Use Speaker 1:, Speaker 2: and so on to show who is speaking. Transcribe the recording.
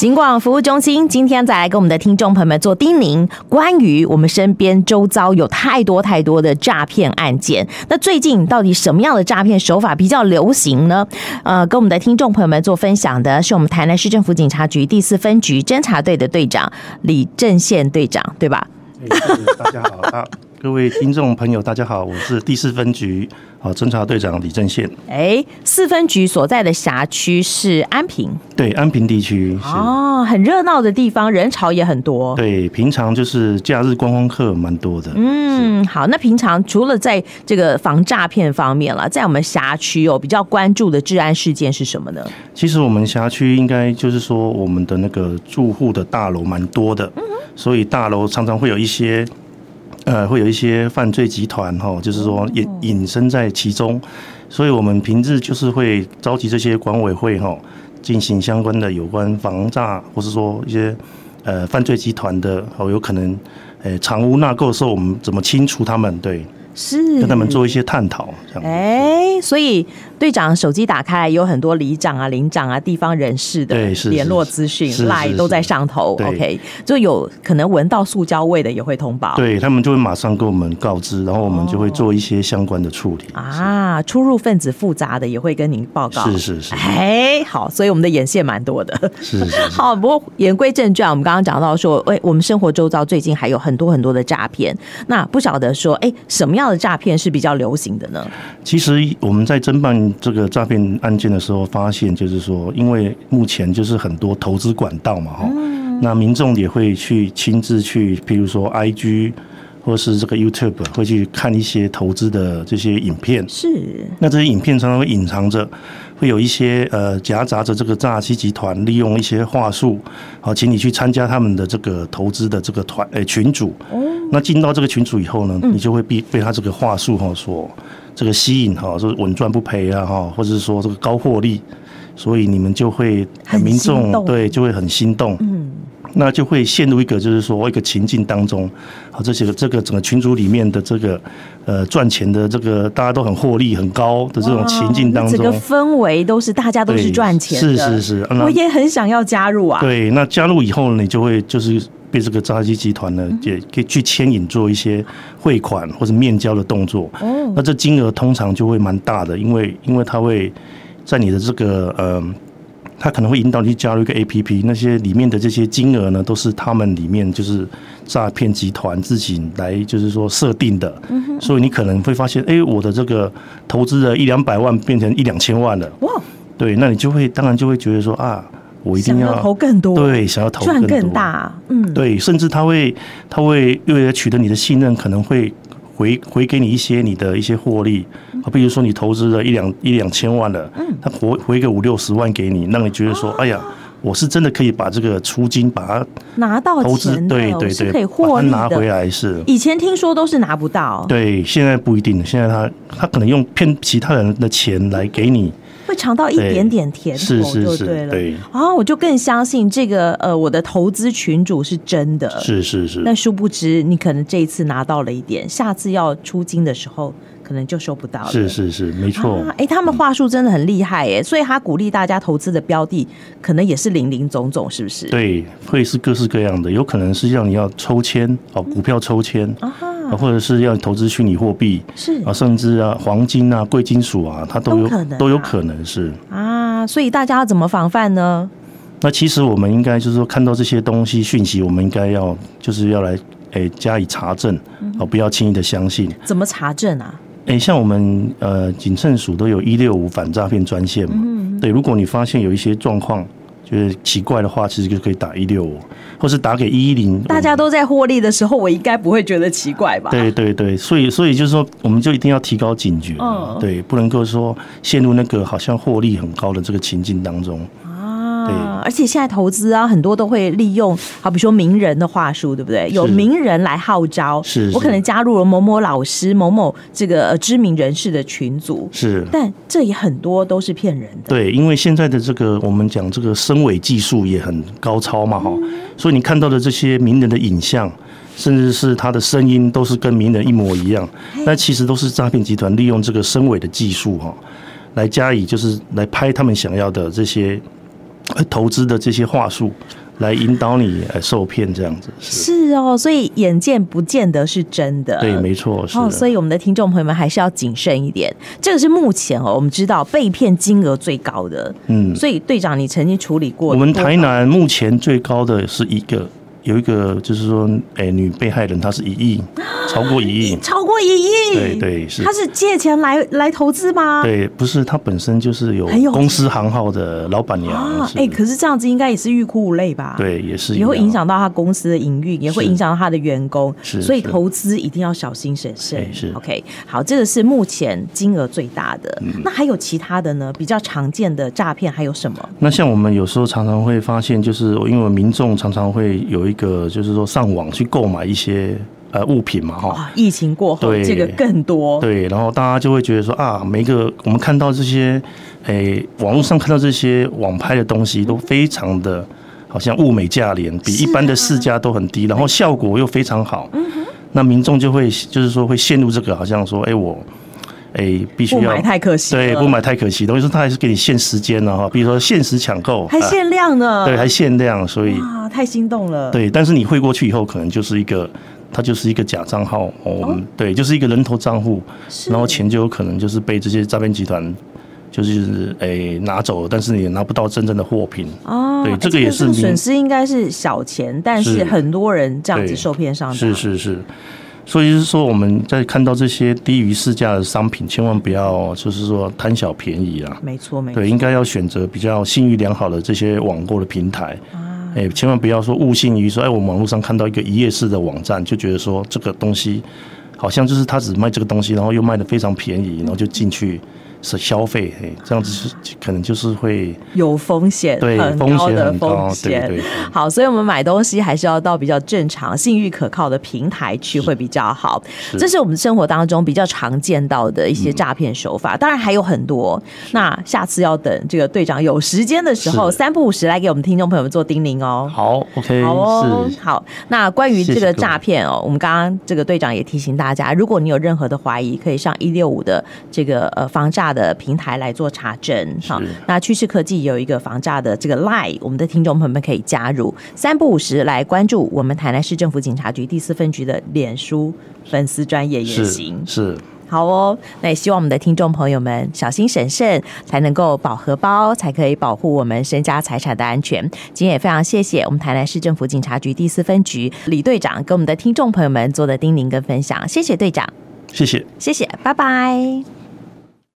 Speaker 1: 警广服务中心今天再来跟我们的听众朋友们做叮咛，关于我们身边周遭有太多太多的诈骗案件。那最近到底什么样的诈骗手法比较流行呢？呃，跟我们的听众朋友们做分享的是我们台南市政府警察局第四分局侦查队的队长李正宪队长，对吧？
Speaker 2: 哎是大家好，大各位听众朋友，大家好，我是第四分局啊侦查队长李正宪。
Speaker 1: 哎，四分局所在的辖区是安平
Speaker 2: 对，安平地区是，
Speaker 1: 哦，很热闹的地方，人潮也很多。
Speaker 2: 对，平常就是假日观光客蛮多的。
Speaker 1: 嗯，好，那平常除了在这个防诈骗方面了，在我们辖区有比较关注的治安事件是什么呢？
Speaker 2: 其实我们辖区应该就是说，我们的那个住户的大楼蛮多的，所以大楼常常会有一些。呃，会有一些犯罪集团哈、就是说也隐身在其中，所以我们平日就是会召集这些管委会哈、进行相关的有关防诈或是说一些呃犯罪集团的哦，有可能呃藏污纳垢的时候，我们怎么清除他们？对，
Speaker 1: 是
Speaker 2: 跟他们做一些探讨，这样子。
Speaker 1: 哎，所以队长手机打开来，有很多里长啊、邻长啊、地方人士的
Speaker 2: 对是
Speaker 1: 联络
Speaker 2: 是
Speaker 1: 资讯
Speaker 2: 是是
Speaker 1: 赖
Speaker 2: 是
Speaker 1: 都在上头。
Speaker 2: 对
Speaker 1: OK，就有可能闻到塑胶味的也会通报。
Speaker 2: 对他们就会马上跟我们告知，然后我们就会做一些相关的处理。
Speaker 1: 啊，出入分子复杂的也会跟您报告。
Speaker 2: 是是是
Speaker 1: 哎，好，所以我们的眼线蛮多的。
Speaker 2: 是是 是，
Speaker 1: 好，不过言归正传，我们刚刚讲到说，哎、我们生活周遭最近还有很多很多的诈骗，那不晓得说，哎、什么样的诈骗是比较流行的呢？
Speaker 2: 其实我们在侦办这个诈骗案件的时候，发现就是说，因为目前就是很多投资管道嘛，哈、那民众也会去亲自去，譬如说 IG 或是这个 YouTube 会去看一些投资的这些影片，
Speaker 1: 是
Speaker 2: 那这些影片常常会隐藏着，会有一些呃夹杂着这个诈欺集团利用一些话术，好、请你去参加他们的这个投资的这个团呃群组。哦。那进到这个群组以后呢，
Speaker 1: 嗯
Speaker 2: 你就会被被他这个话术哈、所这个吸引哈、就是稳赚不赔啊哈、或者是说这个高获利，所以你们就会
Speaker 1: 很
Speaker 2: 民
Speaker 1: 心动
Speaker 2: 众对就会很心动。嗯。那就会陷入一个就是说一个情境当中，好，这些这个整个群组里面的这个呃赚钱的这个大家都很获利很高的这种情境当
Speaker 1: 整个
Speaker 2: 中，
Speaker 1: 氛围都是大家都是
Speaker 2: 对
Speaker 1: 赚钱
Speaker 2: 是
Speaker 1: 的，
Speaker 2: 是是啊那
Speaker 1: 我也很想要加入啊。
Speaker 2: 对，那加入以后呢，你就会就是被这个诈欺集团
Speaker 1: 嗯
Speaker 2: 呢，也可以去牵引做一些汇款或者面交的动作。
Speaker 1: 嗯
Speaker 2: 哦，那这金额通常就会蛮大的，因为因为它会在你的这个呃。它可能会引导你去加入一个 A P P，那些里面的这些金额呢，都是他们里面就是诈骗集团自己来就是说设定的，
Speaker 1: 嗯
Speaker 2: 所以你可能会发现，哎、我的这个投资的一两百万变成一两千万了，
Speaker 1: 哇，
Speaker 2: 对，那你就会当然就会觉得说啊，我一定
Speaker 1: 想
Speaker 2: 要
Speaker 1: 要投更多，
Speaker 2: 对，想要投
Speaker 1: 赚
Speaker 2: 多
Speaker 1: 更，大，嗯，
Speaker 2: 对，甚至他会他会为了取得你的信任，可能会回回给你一些你的一些获利
Speaker 1: 嗯
Speaker 2: 啊，比如说你投资了一两一两千万了，他回回个五六十万给你，让你觉得
Speaker 1: 啊
Speaker 2: 说，哎呀。我是真的可以把这个出金把它
Speaker 1: 拿到
Speaker 2: 投资
Speaker 1: 哦钱，的哎
Speaker 2: 对对
Speaker 1: 是
Speaker 2: 对，
Speaker 1: 可以
Speaker 2: 把
Speaker 1: 获
Speaker 2: 它
Speaker 1: 利
Speaker 2: 拿回
Speaker 1: 的。
Speaker 2: 来是。
Speaker 1: 以前听说都是拿不到，
Speaker 2: 对，现在不一定，现在他他可能用骗其他人的钱来给你，
Speaker 1: 会尝到一
Speaker 2: 对
Speaker 1: 点点甜头
Speaker 2: 是是
Speaker 1: 就是对了。
Speaker 2: 对
Speaker 1: 啊，我就更相信这个呃，我的投资群主是真的。
Speaker 2: 是是是。
Speaker 1: 但殊不知，你可能这一次拿到了一点，下次要出金的时候，可能就收不到了。
Speaker 2: 是是是，没错。
Speaker 1: 啊，哎，他们话术真的很厉害耶，所以他鼓励大家投资的标的，可能也是零零总总，是不是？
Speaker 2: 对，会是各式各样的，有可能是让你要抽签哦，股票抽签
Speaker 1: 嗯啊
Speaker 2: 啊
Speaker 1: 哈，
Speaker 2: 或者是要投资虚拟货币
Speaker 1: 是
Speaker 2: 啊，甚至啊黄金啊、贵金属啊，它都
Speaker 1: 都可
Speaker 2: 有
Speaker 1: 能啊
Speaker 2: 都有可能是。
Speaker 1: 啊，所以大家要怎么防范呢？
Speaker 2: 那其实我们应该就是说，看到这些东西讯息，我们应该要就是要来诶加以查证
Speaker 1: 嗯
Speaker 2: 哦，不要轻易的相信。
Speaker 1: 怎么查证啊？
Speaker 2: 诶，像我们呃警政署都有一六五反诈骗专线
Speaker 1: 嗯
Speaker 2: 嘛，对，如果你发现有一些状况。就是奇怪的话，其实就可以打一六五，或是打给一一零。
Speaker 1: 大家都在获利的时候，我应该不会觉得奇怪吧？
Speaker 2: 对对对，所以所以就是说，我们就一定要提高警觉，啊
Speaker 1: 嗯
Speaker 2: 对，不能够说陷入那个好像获利很高的这个情境当中。
Speaker 1: 啊，而且现在投资啊，很多都会利用，好比说名人的话术，对不对？有名人来号召，
Speaker 2: 是
Speaker 1: 我可
Speaker 2: 是
Speaker 1: 能加入了某某老师、某某这个呃知名人士的群组，
Speaker 2: 是，
Speaker 1: 但这也很多都是骗人的。
Speaker 2: 对，因为现在的这个我们讲这个声伪技术也很高超嘛，哈、所以你看到的这些名人的影像。甚至是他的声音都是跟名人一模一样，那其实都是诈骗集团利用这个声伪的技术哈、来加以就是来拍他们想要的这些呃投资的这些话术来引导你呃受骗这样子。是，
Speaker 1: 是哦，所以眼见不见得是真的。
Speaker 2: 对，没错，是的。
Speaker 1: 哦，所以我们的听众朋友们还是要谨慎一点。这个是目前哦，我们知道被骗金额最高的。
Speaker 2: 嗯
Speaker 1: 所以队长，你曾经处理过
Speaker 2: 我们
Speaker 1: 多
Speaker 2: 台
Speaker 1: 少。
Speaker 2: 南目前最高的是一个，有一个就是说，哎、女被害人她是一亿，超过一亿
Speaker 1: 超啊过一亿，
Speaker 2: 对对是
Speaker 1: 他是借钱来来投资吗？
Speaker 2: 对，不是，她本身就是有
Speaker 1: 很有
Speaker 2: 公司行号的老板娘
Speaker 1: 啊，，
Speaker 2: 是
Speaker 1: 哎、可是这样子应该也是欲哭无泪吧？。
Speaker 2: 对，也是一
Speaker 1: 也
Speaker 2: 样
Speaker 1: 会影。响到他公司的营运，也会
Speaker 2: 是
Speaker 1: 影响到他的员工，
Speaker 2: 是
Speaker 1: 所以
Speaker 2: 是
Speaker 1: 投资一定要小心审慎
Speaker 2: 哎。是
Speaker 1: OK，好，这个是目前金额最大的。
Speaker 2: 嗯
Speaker 1: 那还有其他的呢？比较常见的诈骗还有什么？
Speaker 2: 那像我们有时候常常会发现，就是因为民众常常会有一个，就是说上网去购买一些呃物品嘛，哈，
Speaker 1: 啊，疫情过后，
Speaker 2: 对
Speaker 1: 这个更多。
Speaker 2: 对，然后大家就会觉得说啊，每一个我们看到这些，诶、网络上看到这些网拍的东
Speaker 1: 嗯
Speaker 2: 西都非常的，好像物美价廉，比一
Speaker 1: 啊
Speaker 2: 般的市价都很低，然后效果又非常好。
Speaker 1: 嗯
Speaker 2: 那民众就会就是说会陷入这个，好像说，哎、我，哎、必须
Speaker 1: 不
Speaker 2: 要
Speaker 1: 买太可惜了
Speaker 2: 对，不买太可惜。等于说他还是给你限时间了哈，比如说限时抢购，
Speaker 1: 还限量呢。
Speaker 2: 啊对，还限量，所以。
Speaker 1: 哇，太心动了。，
Speaker 2: 对，但是你汇过去以后，可能就是一个，它就是一个假账号，哦，我们对，就是一个人头账户，然后钱就有可能就是被这些诈骗集团就是诶、拿走了，但是你也拿不到真正的货品。
Speaker 1: 哦，
Speaker 2: 对
Speaker 1: 哎
Speaker 2: 这个也是
Speaker 1: 这
Speaker 2: 民
Speaker 1: 损失应该是小钱，但是
Speaker 2: 是
Speaker 1: 很多人这样子
Speaker 2: 啊对
Speaker 1: 受骗上当。
Speaker 2: 是是是，所以就是说我们在看到这些低于市价的商品，千万不要就是说贪小便宜啊。
Speaker 1: 没错，没错
Speaker 2: 对，应该要选择比较信誉良好的这些网购的平台。
Speaker 1: 啊，
Speaker 2: 哎、千万不要说误信于说，哎，我们网络上看到一个一页式的网站，就觉得说这个东西好像就是他只卖这个东西，然后又卖的非常便宜，然后就进去是消费，哎、这样子是可能就是会
Speaker 1: 有风险，
Speaker 2: 对
Speaker 1: 很
Speaker 2: 风
Speaker 1: 高
Speaker 2: 险
Speaker 1: 的
Speaker 2: 很
Speaker 1: 风
Speaker 2: 高，
Speaker 1: 险。
Speaker 2: 对对对。
Speaker 1: 好，所以我们买东西还是要到比较正常、信誉可靠的平台去会比较好。这是我们生活当中比较常见到的一些诈骗手法，当然还有很多。那下次要等这个队长有时间的时候，
Speaker 2: 是
Speaker 1: 三不五时来给我们听众朋友们做叮咛哦。
Speaker 2: 好，OK，
Speaker 1: 好哦
Speaker 2: 是，
Speaker 1: 好。那关于这个
Speaker 2: 谢谢各位
Speaker 1: 诈骗哦，我们刚刚这个队长也提醒大家，如果你有任何的怀疑，可以上一六五的这个呃防诈的平台来做查证。好，那趋势科技有一个防诈的这个 Line，我们的听众朋友们可以加入三不五十来关注我们台南市政府警察局第四分局的脸书粉丝专业也行
Speaker 2: 是。是，
Speaker 1: 好哦，那也希望我们的听众朋友们小心审慎，才能够保荷包，才可以保护我们身家财产的安全。今天也非常谢谢我们台南市政府警察局第四分局李队长跟我们的听众朋友们做的叮咛跟分享，谢谢队长，
Speaker 2: 谢谢。
Speaker 1: 谢谢，拜拜。